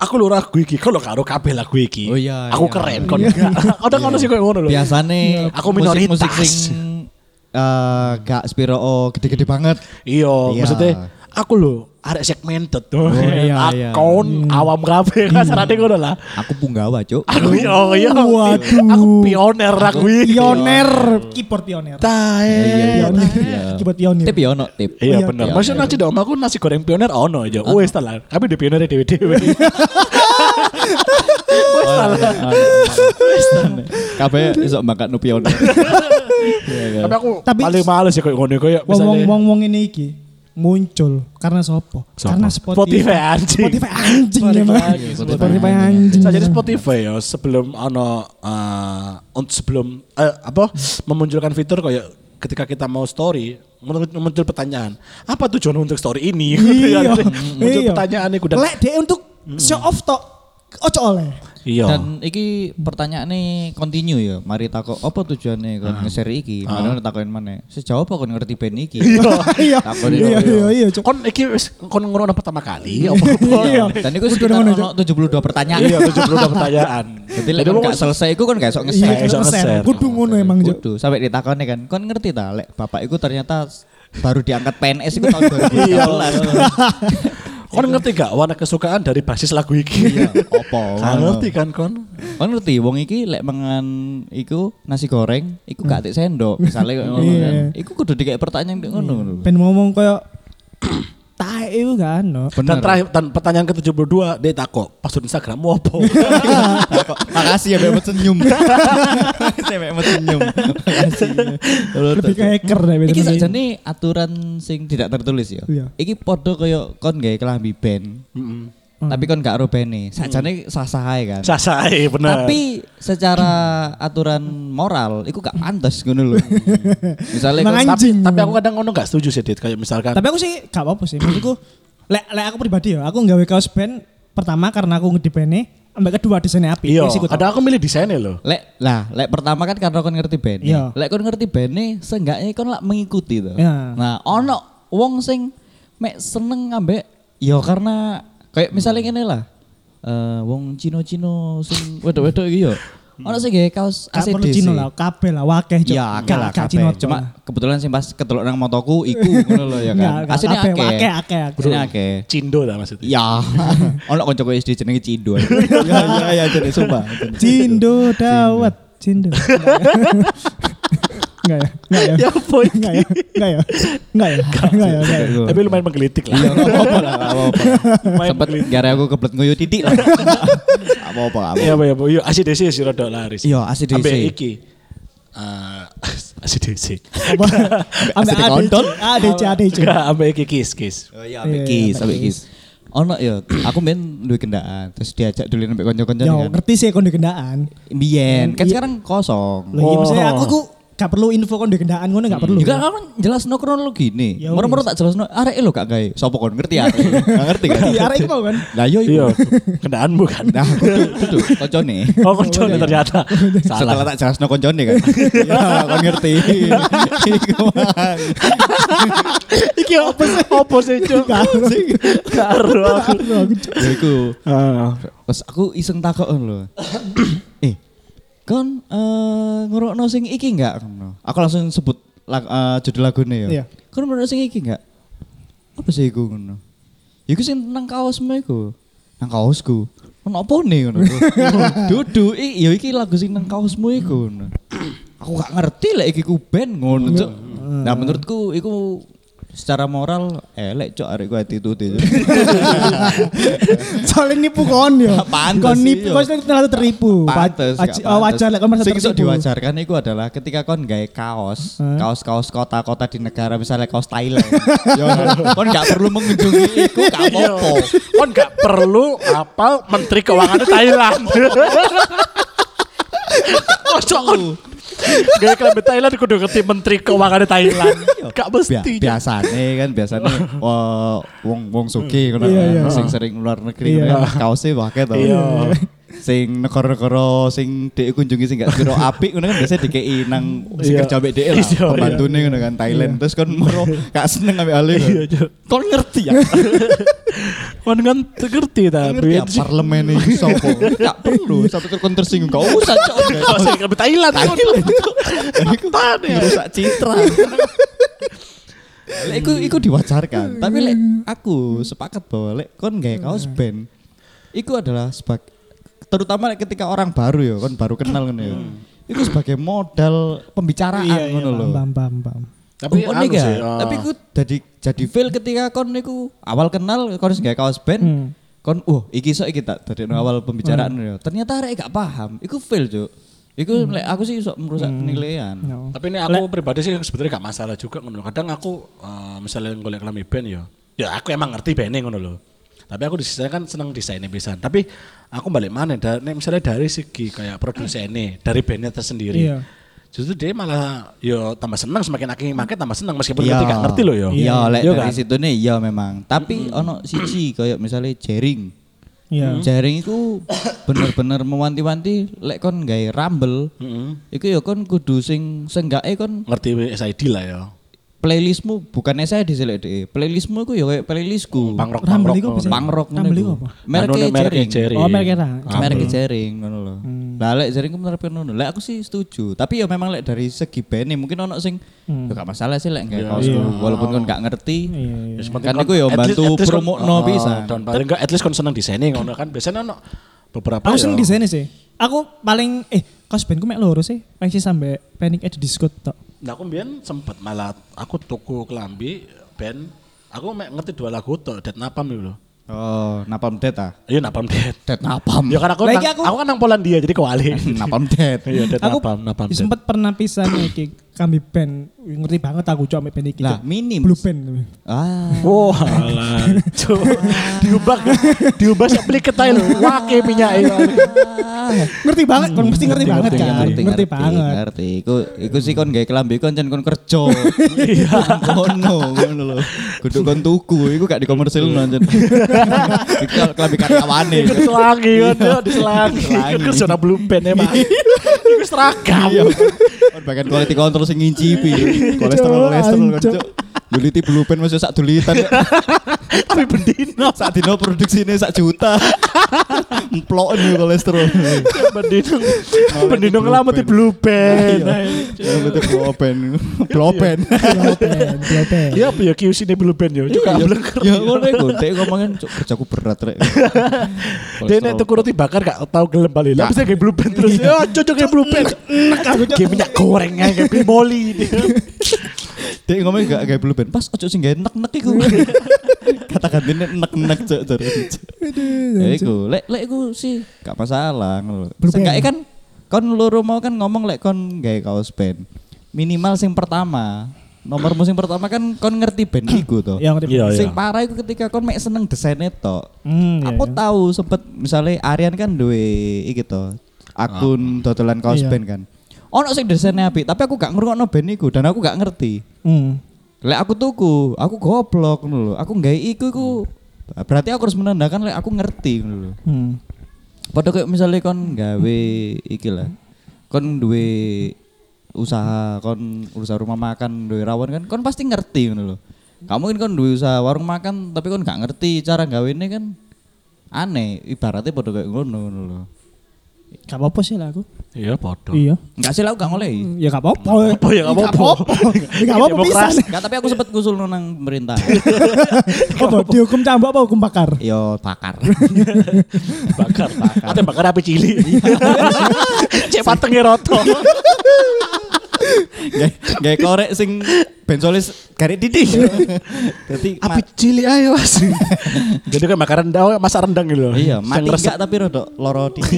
aku lho lagu iki, kok lho karo kabeh lagu iki.
Oh iya,
Aku
iya.
keren kon enggak. Kadang ono sih kayak ngono lho.
Iya.
Biasane
Aku
musik-musik
minoritas.
sing eh, gak spiro oh, gede-gede banget.
Iya,
Iya.
maksudnya aku lho arek segmented. Oh,
iya, iya. Hmm.
Akon awam kabeh kasarane ngono lah.
Aku punggawa, Cuk.
Aku iya, oh, iya.
Waduh.
Aku pioner aku iki.
Pioner, keyboard pioner.
Tae.
iya.
Pioner. Keyboard pioner.
Tip ya ono tip.
Iya bener. Maksudnya nasi dong, aku nasi goreng pioner ono aja. Wes ta lah. Kami di pioner dewe dewe. Wes ta lah.
Kabeh iso makan nupi ono. Iya,
Tapi aku
Tapi-
paling males ya iya. kayak ngono kayak
Wong wong
misalnya-
wong wong ini iki muncul karena sopo?
Sopo?
Karena Spotify.
Spotify anjing.
Spotify anjing
Balik
emang.
lagi, Spotify.
Spotify anjing.
Saya jadi Spotify ya sebelum ano eh, unt- sebelum eh, apa memunculkan fitur kayak ketika kita mau story mun- muncul pertanyaan apa tujuan untuk story ini
Iya.
muncul pertanyaan Hmm. iku dan
Lek dhek untuk show off tok. Ojo oleh.
iya
Dan iki pertanyaannya continue ya. Mari takok apa tujuannya kon nge-share iki? Mana takokin mana? Sejauh apa kon ngerti band iki?
Iya.
Takon
Iya
itu.
iya iya. Cuk.
kon iki wis kon ngono pertama kali ya, apa
Iya.
Dan iku sekitar ono 72 pertanyaan.
iya 72 pertanyaan
Jadi lek
wong
gak selesai iku kon gak iso
Iya,
nge-share.
iso
kena
nge-share.
share. Kudu ngono emang, Cuk.
Kudu sampai ditakoni kan. Kon ngerti ta lek bapak iku ternyata baru diangkat PNS iku tahun 2019.
iya. kon ngerti gak warna kesukaan dari basis lagu iki
Iya, opo.
Gak ngerti kan kon
Kon ngerti wong iki lek mangan iku nasi goreng iku gak tek sendok misalnya kayak ngono kan.
Iya.
Iku kudu dikek pertanyaan kayak ngono ngono.
Ben ngomong koyo tae iku kan no.
dan terakhir dan pertanyaan ke-72 dia takok password Instagram mu apa
Makasih ya Mbak senyum. Cewek mau senyum. Makasih. gitu
Lebih ya, ke hacker dah bener.
Iki sajane aturan sing tidak tertulis ya.
Iya.
Iki podo kaya kon gawe kelambi band. Tapi kon gak ro band Sajane sah-sah ae kan.
sasai bener
Tapi secara aturan moral iku gak pantas ngono lho. Misalnya
Emang
kon
tapi,
anjing.
tapi aku kadang ngono gak setuju sih Dit kayak misalkan
Tapi aku sih gak apa-apa sih. Maksudku lek lek aku pribadi ya, aku nggawe kaos band pertama karena aku ngedipene, ambek kedua desainnya api.
iya
Wis iku tok.
kadang aku milih desainnya loh
Lek lah, lek pertama kan karena kon ngerti band.
Iya.
Lek kon ngerti band seenggaknya kon lak mengikuti to.
Iya.
Nah, ono wong sing mek seneng ambek ya karena kayak misalnya ngene lah. Eh wong Cino-Cino sing wedok-wedok iki yo. Ono sing gawe kaos ACDC.
Gak perlu Cino lah, kabeh lah, wakeh Cok.
Iya, akeh
Gak-
lah
gak
kabeh.
Cino, Cok.
Cuma kebetulan sing pas ketelok nang motoku iku ngono lho ya
Nggak,
kan.
nggak,
Asline
kabeh,
akeh.
akeh, akeh, akeh.
Asline akeh.
cindo lah
Iya,
maksudnya
Ya, ono kancaku SD jenenge Cindo. Iya, iya, iya, jenenge sumpah. jenenge Cindo.
Cindo dawet, Cindo. Enggak ya? Enggak ya?
ya boy
Enggak ya? Enggak ya? Enggak ya? Enggak ya? Enggak ya?
tapi lumayan menggelitik lah
Iya, nggak apa-apa lah, nggak apa-apa.
lumayan
Sempet gara aku kebelet nguyu titik lah. Nggak apa-apa, nggak apa-apa.
Iya, apa ya, Bu. Iya, ACDC sih rada laris.
Iya, ACDC.
Ambek iki. Eh, ACDC.
Apa? Ah, Ambek
Asli kontol.
ADC, ADC.
Enggak, ambek iki kis kis.
Oh iya, sampai kis, sampai kis. Ono ya, aku main duwe kendaan, terus diajak dulu sampai konco-konco
Yo,
kan.
ngerti sih kondo kendaan.
Biyen, kan
Iya.
sekarang kosong.
Loh, iya
Oh.
maksudnya aku ku gak perlu info kondo kendaan ngono gak perlu.
Juga kan jelas no kronologi nih.
Ya
Moro-moro tak jelas no. Arek lo gak gawe. Sopo kon ngerti ya? Gak ngerti kan?
Ngerti, arek mau kan?
Lah yo iku.
Iya, kendaanmu kan.
Nah, kudu kudu koncone.
Oh, kencang ternyata.
Setelah tak jelas no koncone kan. Ya, kon ngerti. Iku mang.
Iki apa sih? Apa sih, Cuk? Karo aku. Ah.
Ya iku. Pas aku iseng takok lho. eh, kon eh ngrungokno sing iki enggak? Aku langsung sebut lag, eh, judul lagune ya.
Iya.
Kon ngrungokno sing iki enggak? Apa sih iku ngono? Ya iku sing nang kaosmu iku. Nang kaosku. Ono apa nih ngono? Dudu, i, ya iki lagu sing nang kaosmu iku ngono. Aku gak ngerti lah iki ku band ngono, Cuk. Nah, menurutku iku Secara moral elek cok arek ku attitude.
Soalnya nipu kon yo.
Pantes
Kon
sih,
nipu
yo.
kon sing terlalu teripu.
Pantes, gak
Waj- oh,
pantes.
Wajar lek kon merasa
Sing iso
tertipu.
diwajarkan itu adalah ketika kon gawe kaos, kaos-kaos kota-kota di negara misalnya kaos Thailand. ya, kon gak perlu mengunjungi iku gak
Iya,
apa-apa.
Kon gak perlu apa menteri keuangan Thailand. Masuk kon. Gak kelambi Thailand kudu ngerti menteri keuangan Thailand. Gak
Iya. Bia-
mesti.
biasane kan biasane eh, wong wong
Hmm.
sugih ngono
Iya,
kan,
iya.
sing sering luar negeri
Iya.
ngono kan, kaose wae to.
Iya.
Sing negara-negara sing dhek kunjungi sing gak kira apik ngono kan biasanya dikeki nang sing
Iya.
kerja ambek dhek lah,
Iya,
pembantune ngono kan Thailand.
Iya.
Terus kon moro gak seneng ambek ale. kan.
Iya, Cok.
Kon ngerti ya?
Kon kan ngerti ta.
ngerti ya parlemen iki sapa? Gak perlu, sampe terus kon tersinggung gak usah cok.
Kok saya kelambi Thailand. Kon.
Apaan ya? Rusak citra. Lek iku iku diwajarkan, tapi lek aku sepakat bahwa lek kon gawe kaos
Iya.
band iku adalah sebagai terutama lek ketika orang baru ya, kon baru kenal ngono ya. Iku sebagai modal pembicaraan
Hmm. Iya, iya,
ngono lho.
paham, paham, paham.
Tapi
Oh,
anu
iya.
sih, ah.
Tapi ku jadi jadi feel ketika kon niku awal kenal kon sing gawe kaos band.
Hmm.
Kon wah iki sok iki tak dari awal pembicaraan ya. Ternyata arek gak paham. Iku feel, Cuk. Iku lek aku sih sok merusak penilaian.
No.
Tapi ini aku pribadi sih sebenarnya gak masalah juga ngono. lho. Kadang aku eh, misalnya golek kelambi band ya. Ya aku emang ngerti band ngono loh. Tapi aku di sisi lain kan seneng desainnya pisan. Tapi aku balik mana da- nek misalnya dari segi kayak produsennya, dari bandnya tersendiri.
Iya.
Justru dia malah yo tambah seneng semakin akhirnya makin tambah seneng meskipun
Iya.
ngerti gak ngerti loh yo. Hmm.
Iya, lek
Yo
dari
kan?
situ nih iya memang. Tapi ono siji kayak misalnya jaring.
Hmm.
Iya.
Jaring itu bener-bener mewanti-wanti lek kon gawe rumble.
Hmm.
Iku ya kon kudu sing senggake kon
Ngerti SID lah ya. yo.
playlistmu bukan saya di selek deh. Playlistmu iku ya kayak playlistku.
Pangrok
Rumble iku
pangrok.
bisa.
Pangrok
Rumble iku apa?
Merke jaring.
Oh, merek era.
Merek jaring ngono lho.
Hmm.
Lah lek jaring ku menerapkan ngono. Lek aku sih setuju, tapi ya memang lek dari segi band e, mungkin ono sing ya gak masalah sih lek gak kaos ku. walaupun kon gak ngerti.
Hmm. Iya, iya.
Ya, seperti
Kan
kon-
iku ya
at least-
bantu
at least kon-
promokno
oh,
pisan.
Dan paling enggak at least kon seneng desainnya ngono kan. Biasanya ono beberapa ya.
Aku
yo.
seneng desainnya sih. Aku paling eh kaos bandku mek loro sih. Paling sih sampe Panic at the Disco tok.
Nah aku mbien sempet malah aku tuku kelambi band aku mek ngerti dua lagu tok Dead Napalm iki lho.
Oh, napalm dead ah.
Iya Napalm Dead.
Dead napalm.
Ya kan aku
Lah,
nang,
iki
aku...
aku-
kan nang Polandia jadi kewali.
Nah, napalm dead.
Iya Dead
Aku
Napalm, Napalm Dead.
sempat pernah pisan iki kami band ngerti banget aku cok mek band iki.
Lah,
Cok.
minim.
Blue band.
Ah.
Wah, alah. Cuk. diubah diubah seplik ketai lho. Wake minyak e, iki.
ngerti banget
Hmm.
kon mesti ngerti banget kan. Ngerti, banget.
Ngerti. Iku iku sih kon gawe kelambi kon jan kon kerja. Iya. Ngono ngono lho. Kudu kon tuku, iku gak dikomersil jan.
Iya.
Iku kelambi karyawane.
Diselangi kan, diselangi.
Diselangi.
Kan zona blue band emang. Iku seragam.
Iya. Kon bagian quality control sing ngincipi.
Iya.
Kolesterol kolesterol kon cuk. Duliti blue pen masih sak dulitan.
Tapi bendino.
Sak dino produksine sak juta. Emploken yo kolesterol.
Iya.
Bendino. Bendino ngelamati blue band.
Duliti blue pen. Blue pen.
Blue band, blue band.
Ya apa ya QC ini blue band ya. Juga blenger.
Ya ngono iku, dek ngomongin cuk kerjaku berat rek.
Dia nek tuku roti bakar gak tau gelem bali. Lah bisa kayak blue band terus. Ya cocok kayak blue band. Nek aku kayak minyak goreng aja, kayak beli moli.
Dek ngomongin gak kayak blue band. Pas ojo sing gawe nek-nek iku. Kata gantine nek-nek cuk terus. Ya iku, lek lek iku sih gak masalah ngono lho.
Blue band.
Sengkae kan kon loro mau kan ngomong lek kon gawe kaos band. Minimal sing pertama, nomor musim pertama kan kon ngerti band iku to.
Ya ngerti.
Iya
Sing
iya.
parah iku ketika kon mek seneng desainnya tok.
Hmm, iya,
aku
iya.
tahu sempet misalnya Aryan kan duwe iki to akun dodolan kaos
Iya.
band kan. Ono sing desainnya apik, tapi aku gak ngrungokno band iku dan aku gak ngerti.
Hmm.
Lek aku tuku, aku goblok ngono lho. Aku gawe iku iku berarti aku harus menandakan lek aku ngerti ngono lho.
Hmm.
Padha kayak misalnya kon gawe iki lah. Kon duwe usaha, kon usaha rumah makan, duwe rawon kan, kon pasti ngerti ngono lho. Gak mungkin kon duwe usaha warung makan tapi kon gak ngerti cara gawene kan aneh, ibaratnya padha kayak ngono ngono lho.
Gak apa-apa sih lah aku.
Iya podo.
Iya.
Enggak sih lah aku gak ngolehi.
Ya gak apa-apa.
Apa ya gak apa-apa.
Gak apa-apa pisan.
Demokrasi.
Enggak, tapi aku sempet ngusul nang pemerintah.
Apa dihukum cambuk apa hukum bakar?
Yo pakar.
Bakar. Atau bakar api cili. Cek patengnya roto.
Nggak- nggak korek sing bensolis karek didi. Dadi ma-
Api cilik ayo mas. Jadi kayak makan rendang, masak rendang gitu loh.
iya,
Yang
mati
resep,
enggak tapi rodok loro didi.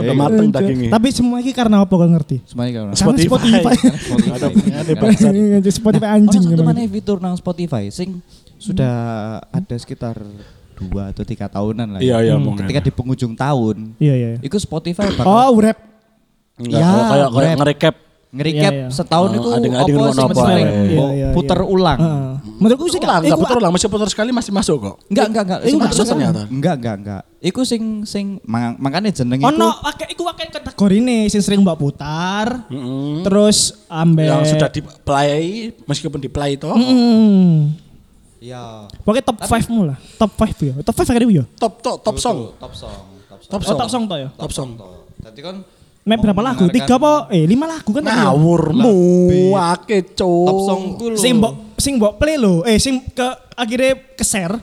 udah
Iya.
mateng dagingnya.
Tapi semua ini karena apa gak ngerti?
Semuanya kan.
Karena Spotify.
Ada punyane, Bang.
Spotify
Ono
anjing gitu.
satu
emang. Hmm.
mana fitur nang Spotify sing sudah ada sekitar dua atau tiga tahunan lah.
Iya iya
Hmm,
mungkin.
Ketika di penghujung tahun,
Iya iya.
itu Spotify bakal
Oh, rap.
Enggak,
Ya,
kalau kayak kayak
rap.
ngerecap.
nge-recap
Iya, iya.
setahun
Oh,
itu
ada nggak ada
apa
yang ngono
sing
apa,
sering
iya.
mbok
Iya, iya,
puter
iya.
Hmm.
ulang.
Heeh. Menurutku sih Eh,
Enggak, enggak
iku-
putar ulang, masih putar sekali masih masuk kok.
Enggak, enggak, enggak.
Itu
Sing
masuk
maksudnya-
ternyata.
Enggak, enggak, enggak. Iku sing sing mang- makanya jenenge
Ono akeh iku akeh kategori nih sing sering mbak putar.
Mm-mm.
Terus ambek
Hmm. Yang sudah dipelai meskipun dipelai toh
Hmm.
Iya.
Pokoknya top 5 mula. Top 5 ya. Top 5 kan ya.
top top top song.
Top song, top
Top
song.
Oh,
song.
top song to ya.
Top song.
Tadi kan
Mek berapa lagu? Tiga apa? Eh, lima lagu kan tadi ya?
Ngawurmu ake cuk.
top songku lho.
Sing mbok sing mbok play lho. Eh, sing ke akhirnya ke share.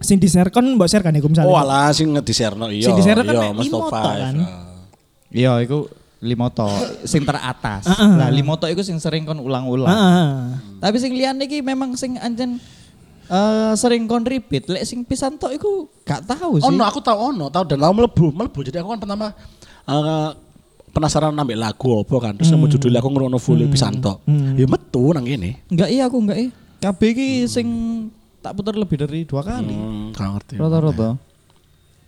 Sing di share kan mbok share kan iku misalnya.
Oh alah sing ngediserno iya.
Sing diserno kan
iya,
mek
Mas
limo
top
tok
five.
kan.
Ah.
Iya, iku limoto sing teratas.
Heeh.
Lah limoto iku sing sering kon ulang-ulang.
Heeh.
Tapi sing liyane iki memang sing anjen eh, sering kon repeat. Lek sing pisan tok iku gak tahu sih.
Ono aku tahu ono, tahu dan tahu melebu, melebu. Jadi aku kan pertama eh, penasaran nambah lagu apa kan. Terus nemu
Hmm.
judul aku ngrono full pisan tok. Ya metu nang kene.
Enggak iya aku enggak iya. KB iki sing tak putar lebih dari dua kali.
Hmm, gak ngerti.
Rata-rata.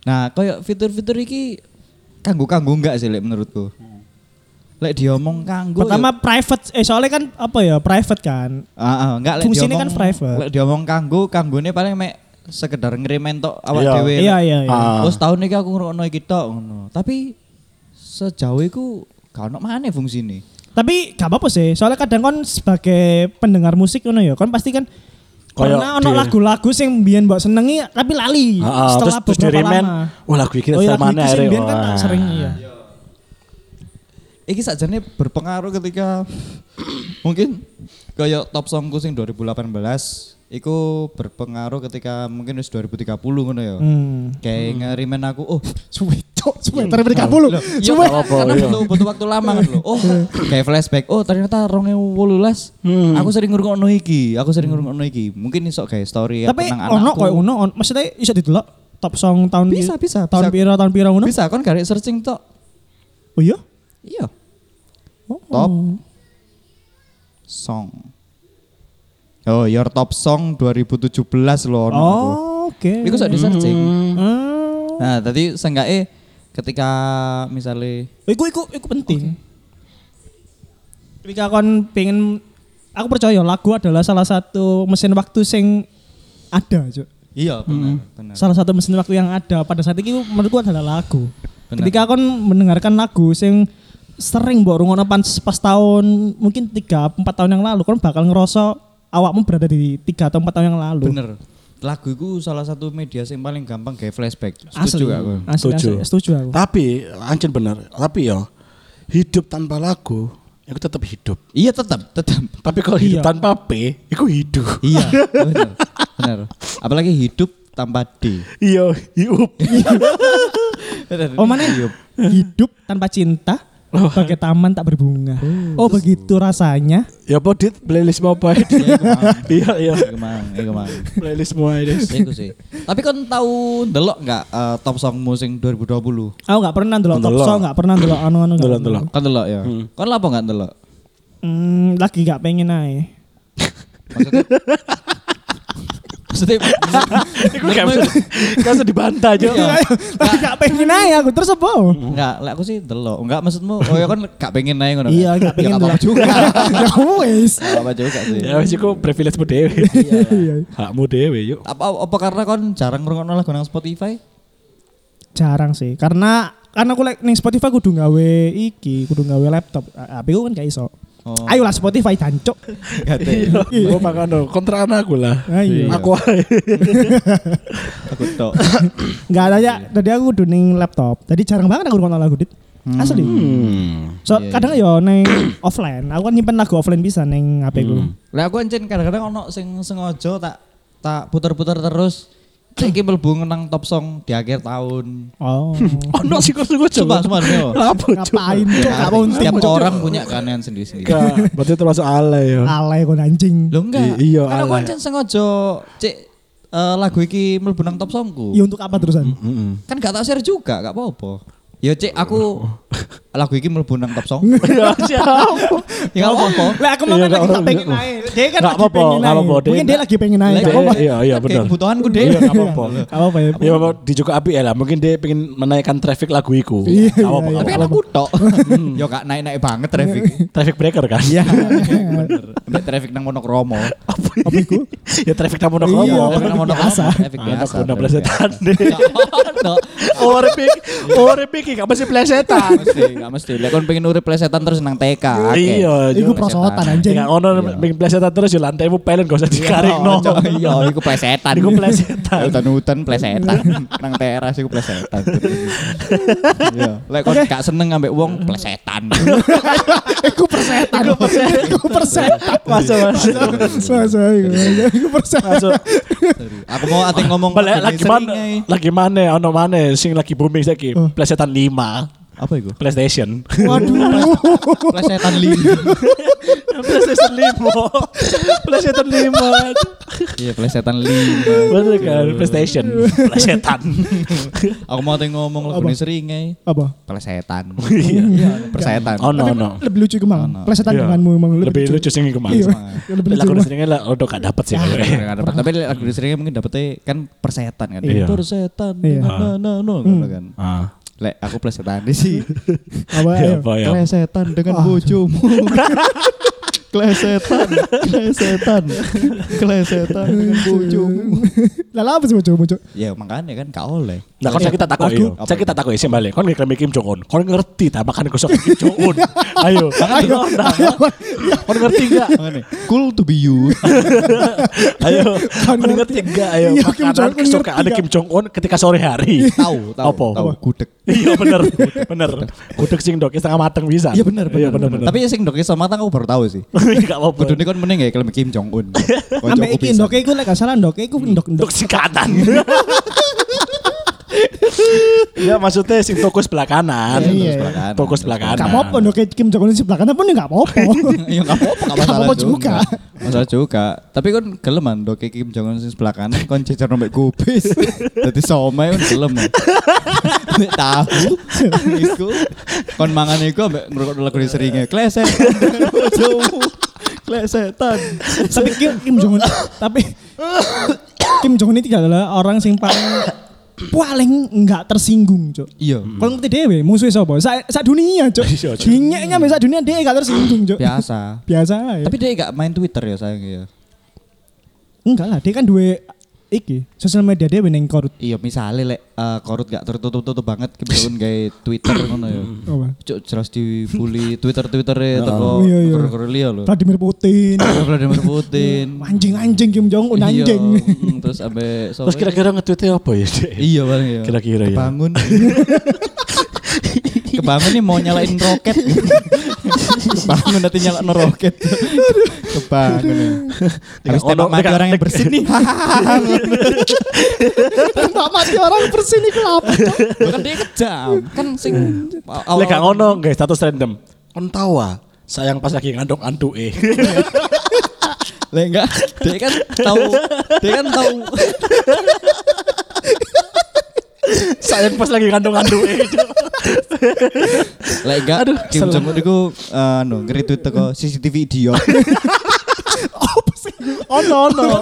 Nah, kayak fitur-fitur iki kanggo-kanggo enggak sih lek menurutku. Lek diomong kanggo
Pertama
ya-
private, eh soalnya kan apa ya private kan.
Ah, ah, enggak lek
fungsinya
diomong-
kan private.
Lek diomong kanggo, kanggone paling mek sekedar ngerimen tok awak
Iya.
dhewe.
Iya iya iya.
Ah.
Terus tahun ini aku ngerokno iki tok ngono. Tapi sejauh iku gak ono maneh fungsine.
Tapi gak apa-apa sih. Soalnya kadang kan sebagai pendengar musik ngono ya, kan pasti kan
Kayak
karena ono
di-
lagu-lagu sing mbiyen mbok senengi tapi lali
Heeh,
setelah
terus terus
beberapa
dirimen,
lama.
wah lagu iki
Oh, iya, lagu
sama
iki sing
arek.
mbiyen kan tak sering iya.
Iki sajane berpengaruh ketika mungkin kayak top songku sing 2018 iku berpengaruh ketika mungkin wis 2030 ngono ya.
Hmm.
Kayak ngerimen aku, oh
Suwe cok, suwe tarik mereka bulu. Suwe.
Gak apa-apa,
karena
iya.
butuh, butuh waktu lama kan lo. Oh, kayak flashback. Oh, ternyata 2018
Hmm.
aku sering ngrungokno iki, aku sering ngrungokno iki. Mungkin iso kayak story
Tapi
aku nang
ono
Iya, anakku.
koyo ono, on, maksudnya iso didelok top song tahun
Bisa, bisa, bisa.
tahun piro tahun piro ngono.
Bisa kan gak ada searching tok.
Oh iya.
Iya.
Oh.
Top song. Oh, your top song 2017 loh. ono aku.
Oh, oke.
Iku sok di searching.
Hmm.
Nah, tadi seenggaknya ketika misalnya
Iku iku iku penting. Ketika kon pengen aku percaya lagu adalah salah satu mesin waktu sing ada, Cuk.
Iya, benar, benar.
Salah satu mesin waktu yang ada pada saat ini menurutku adalah lagu.
Benar.
Ketika kon mendengarkan lagu sing sering mbok rungono pas, pas tahun mungkin 3 4 tahun yang lalu kon bakal ngerasa awakmu berada di 3 atau 4 tahun yang lalu.
Bener. Lagu itu salah satu media yang paling gampang kayak flashback.
Asli.
Setuju gak aku?
Asli, asli.
Setuju.
eh, Setuju aku.
Tapi anjir bener, tapi ya hidup tanpa lagu itu tetap hidup.
Iya, tetap, tetap.
Tapi kalau hidup
Iya.
tanpa P, itu hidup.
Iya, bener. bener. Apalagi hidup tanpa D.
Iya, hidup.
Oh mana? Hidup tanpa cinta
Oh.
bagai taman tak berbunga. Oh begitu rasanya.
Ya apa dit playlist mau apa? Iya, iya.
Iku mang, iku mang.
Playlist mau aja.
Iku sih. Tapi kan tahu delok nggak eh, top song musim 2020?
Aku nggak pernah ndelok top
Ndelok.
song, nggak pernah ndelok anu-anu. nggak
Delok,
pernah.
delok.
Kan delok ya. Kan lapo nggak delok?
Hmm, lagi nggak pengen naik.
Maksudnya Maksudnya,
Iku gak bisa, gak bisa dibantah aja.
Iya.
lagi nggak pengen naik aku terus apa?
enggak, lek aku sih delok. Enggak maksudmu, oh ya kan gak pengen naik Iya. ngono.
Iya
ya? nggak
nggak pengen
apa-apa
ndelok
juga.
ya wes.
Gak apa-apa juga sih.
Ya wis iku privilege mu dhewe.
Iya.
Hakmu dhewe yuk.
Apa apa karena kon jarang ngrungokno lagu nang Spotify?
Jarang sih, karena karena aku like ning Spotify kudu gawe iki, kudu gawe laptop. Tapi aku kan gak iso.
Oh.
Ayolah Spotify dancok.
Gua Iya. makan dong, kontrakan aku lah.
Iya. Ah, iya.
Aku ae.
Aku tok.
Enggak ada
Iya.
ya. Tadi aku kudu ning laptop. Tadi jarang banget aku nonton lagu dit.
Hmm.
Asli.
Iya,
So kadang yo neng offline, aku kan nyimpen lagu offline bisa neng HP ku.
Hmm. Lah aku encen kadang-kadang ono sing sengaja tak tak puter-puter terus Saiki mlebu nang top song di akhir tahun.
Oh.
Ono sih kursi gue
Sumpah, sumpah. yo.
Apa coba?
Ngapain cok gak penting.
Tiap
Cuk.
orang punya keanehan sendiri-sendiri.
Enggak, berarti termasuk alay ya.
Alay kon anjing.
Lo enggak.
I- iya,
Karena
alay.
gue sengaja cek eh, lagu iki mlebu nang top songku.
Ya untuk apa terusan?
Mm-mm.
Kan gak tak share juga, gak apa-apa. Ya cek aku lagu iki mlebu nang top song.
Ya siap.
Ya gak apa-apa.
Lah aku mau
Iya, nggak apa-apa.
kan lagi tak pengen naik. Dia kan
Nggak
lagi
apa-apa,
pengen
nggak
naik.
apa-apa. Dia-
Mungkin dia lagi pengen naik.
Lah,
Nggak apa-apa.
Iya, iya
Kayak
benar.
kebutuhanku deh.
Iya, nggak apa-apa.
Nggak apa-apa ya.
Ya apa di juga api ya lah. Mungkin dia pengen menaikkan traffic lagu iku.
Iya,
Nggak apa-apa,
iya,
nggak
Tapi kan
apa-apa. Hmm.
aku tok. Yo gak naik-naik banget traffic.
Traffic breaker kan?
Iya. Mbak traffic nang Monokromo.
Apa iku? Ya traffic tamu nang
Iya,
ngomong.
traffic nang
biasa.
Monokromo. Traffic
Anak
biasa.
kuda
traffic biasa.
plesetan Ah, deh.
Ono.
Overpik, overpik, gak mesti plesetan.
Mesti, gak mesti. Lek kon pengen urip plesetan terus nang TK. akeh.
Iya, Iku
Iku prosotan anjing.
Enggak Ya,
Iya.
ono pengen plesetan terus ya lantaimu pelen gak usah dikarikno.
Ojo, Iya, iku plesetan.
Iku plesetan.
Hutan-hutan plesetan. Nang teras iku plesetan. Iya. Lek kon gak seneng ambek wong plesetan.
Iku persetan. Iku persetan.
Masuk, masuk.
Masa iku persetan.
Masuk.
Aku mau ati ngomong
Balik
Beni
lagi
sering,
mana?
eh.
Lagi mana? Ono mana? Sing lagi booming saiki.
Oh.
Plesetan 5.
Apa iku?
PlayStation.
Waduh.
Plesetan lima.
PlayStation 5. PlayStation 5.
Iya, plesetan lima.
Bener kan? PlayStation. Plesetan.
Aku mau ati ngomong lagu
Apa?
sering ae.
Apa?
Plesetan.
Iya.
Persetan.
Ono, ono.
Lebih lucu iku mang. Plesetan
Iya.
denganmu emang
Lebih lucu sing iku
Iya.
mas.
Lebih lucu.
Lagu
Mang.
listeningnya lah, oh, udah gak dapet sih. kowe.
Nggak dapet. Iya, Tapi lagu seringnya mungkin dapetnya kan persetan kan.
Iya.
Persetan.
Iya.
Na na na na kan.
Ah.
Lek aku plesetan sih.
Apa?
Ya,
ayo.
apa ya?
Klesetan dengan bojomu. klesetan, klesetan, klesetan dengan bojomu.
Lah lah, apa sih bocok bocok?
Ya makanya kan gak oleh.
Nah, kan saya kita takut yo.
Iya.
Saya kita takut sih balik. Kon ngeklaim Kim Jong Un. Kon ngerti tak makan gosok Kim Jong Un. Ayo. Ayo. nah. Kon ngerti enggak?
Makanya, Oh, cool to be you.
Ayo. Kon ngerti enggak? Ayo.
Iya,
Makanan
Kim Jong Un ngerti
kesukaan
nggak?
Kim Jong Un ketika sore hari.
Tahu, tahu,
Apa?
tahu. Gudeg.
Iya bener, bener. Gudeg sing dok setengah mateng bisa.
Iya bener,
Iya
bener,
bener, bener.
Tapi ya sing doke sama matang aku baru tahu sih.
enggak apa-apa.
Kudune kan mending ya kalau Kim Jong Un.
Ambek iki ndoke iku lek gak salah ndoke iku ndok ndok.
Untuk sikatan. ya maksudnya sing toko sebelah kanan.
Iya.
Toko sebelah kanan.
Gak apa-apa ndoke Kim Jong Un sebelah kanan pun ya gak apa-apa.
Ya enggak apa-apa, nggak
Nggak apa-apa
masalah
juga.
juga. Masalah juga. Tapi kan geleman doke Kim Jong Un sing sebelah kanan kon cecer nombek kubis. Dadi somai kan gelem. Nek tahu iku kon mangan iku ambek ngrokok lagu seringe. Kleset. Bojomu. Klesetan.
tapi Kim, Kim Jong Un tapi Kim Jong Un ini adalah orang sing paling paling nggak tersinggung cok
Iya.
kalau ngerti dewe musuhnya siapa sa, sa dunia cok
Iya, Cuk.
dinyeknya sampai sa dunia dia nggak tersinggung cok
Biasa.
biasa ya.
Tapi dia gak main Twitter ya sayang ya.
enggak lah dia kan dua iki sosial media dia neng korut
Iya misalnya lek eh, korut gak tertutup-tutup banget Kim Jong Un gawe Twitter ngono ya.
apa
Cuk jelas dibully Twitter-Twitter teko
Iya, iya.
kor-kor liya lho.
Vladimir Putin
Vladimir Putin.
anjing anjing Kim Jong Un
Iya,
anjing
mm, terus abe
Terus kira-kira nge-tweetnya apa ya? Dek?
iya paling ya.
Kira-kira ya.
Kebangun. Kebangun nih mau nyalain roket. Kebangun nanti nyalain roket. Kebangun. ya. Habis
Ono-
tembak mati
teka-
orang yang bersih nih.
tembak mati orang bersih nih kelapa
Kan dia kejam. Kan sing
Lek gak ngono guys, status random. Kon tawa. Sayang pas lagi eh. ngandung antuke.
Lek enggak, dia kan tahu, dia kan tahu.
Sayang pas lagi eh. ngandung antuke.
Lek enggak, Kim Jong Un itu eh, anu nge-retweet teko CCTV idiot.
ono ono.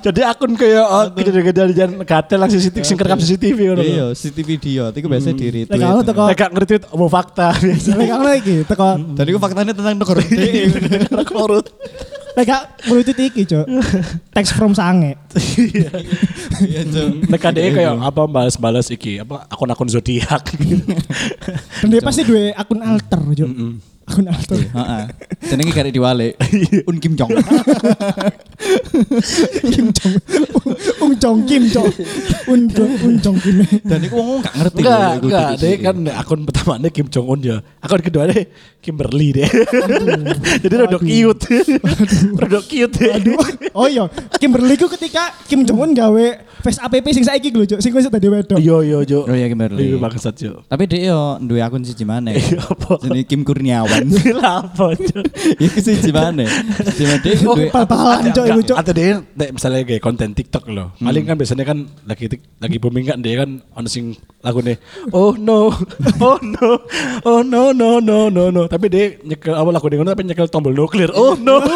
Jadi akun kayak oh, kejadian-kejadian gatel langsung CCTV sing rekam CCTV ngono.
Iya, CCTV idiot. Itu biasanya di-retweet.
lek aku teko
Lek gak nge-tweet apa fakta biasa.
lek aku lagi teko
Dan itu faktanya tentang negara dia.
Korut.
lek aku mulut itu iki cok text from sange
Iya, Cuk.
Nek adek kayak apa balas-balas iki apa akun-akun zodiak.
Dan dia pasti dua akun alter, Jo. Akun Alto.
Heeh. Jenenge gak diwale.
Iya.
Un Kim Jong.
Kim Jong. Ung Jong Kim Jong. Un Jong Un Jong Kim.
Dan iku wong gak ngerti.
Enggak,
lho, iku
enggak.
dari
Dia
sini.
kan akun pertamanya Kim Jong Un ya. Akun kedua deh Kimberly deh. Jadi rodok cute. rodok cute deh.
Oh iya, Kimberly ku ketika Kim Jong Un gawe face APP sing saiki lho, Cuk. Sing wis tadi wedok.
Yo yo yo.
Oh iya Kimberly.
Iya bangsat yo.
Tapi dia yo duwe akun siji maneh.
Iya, apa?
Jenenge Kim Kurniawan.
Lapo.
Iku siji maneh. Siji maneh dia
Oh,
duwe
Pal-palan Cuk iku, Cuk.
Atau dia nek misalnya kayak konten TikTok loh.
Hmm.
Paling kan biasanya kan lagi tik- lagi booming kan dia kan ono sing lagune oh no. Oh no. Oh no no no no no. Tapi dia nyekel apa lagu ngono tapi nyekel tombol nuklir. Oh no.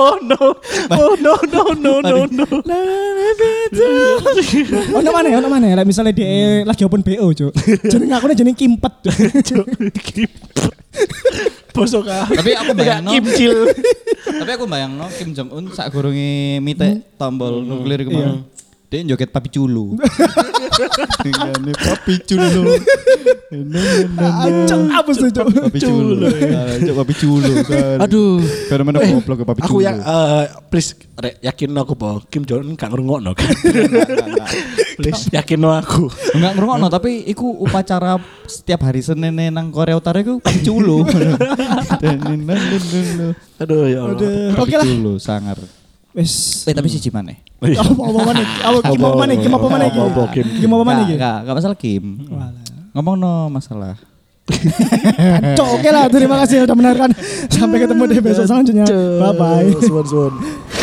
Oh no. Oh no no no no no.
Ono mana ya, ono mana ya? Lah misalnya dia lagi open BO, Cuk. Jeneng akune jeneng Kimpet, Cuk.
Cuk, Kim- Bosok ah.
Tapi aku bayangno.
Kimcil.
Tapi aku bayangno Kim Jong Un sak
Hmm.
gurunge mite tombol nuklir iku mau.
Iya.
Dia joget papi culu. Dengan papi culu.
Cuk, abis tuh, Cuk.
Papi culu. Ah, Cuk papi culu.
Aduh.
Fenomena goblok ke papi
Aku
culu.
yang eh, please Rek, yakin aku bahwa Kim Jong Un gak ngrungokno kan. please yakin aku.
Enggak ngrungokno
Hmm.
tapi iku upacara setiap hari Senin nang Korea Utara iku papi culu. Eh,
Aduh ya Allah.
Aduh,
Papi
Oke lah.
culu sangar.
Wes.
Eh tapi siji maneh.
Apa apa mana? iki? Apa Kim apa mana? iki? Kim apa mana? iki?
Apa, apa, Iya. Kim?
Kim apa mana?
Enggak,
iki?
enggak enggak masalah Kim. Ngomong no masalah.
Cok, oke lah. Terima kasih sudah menarikan. Sampai ketemu di besok selanjutnya. Bye bye.
Suwon suwon.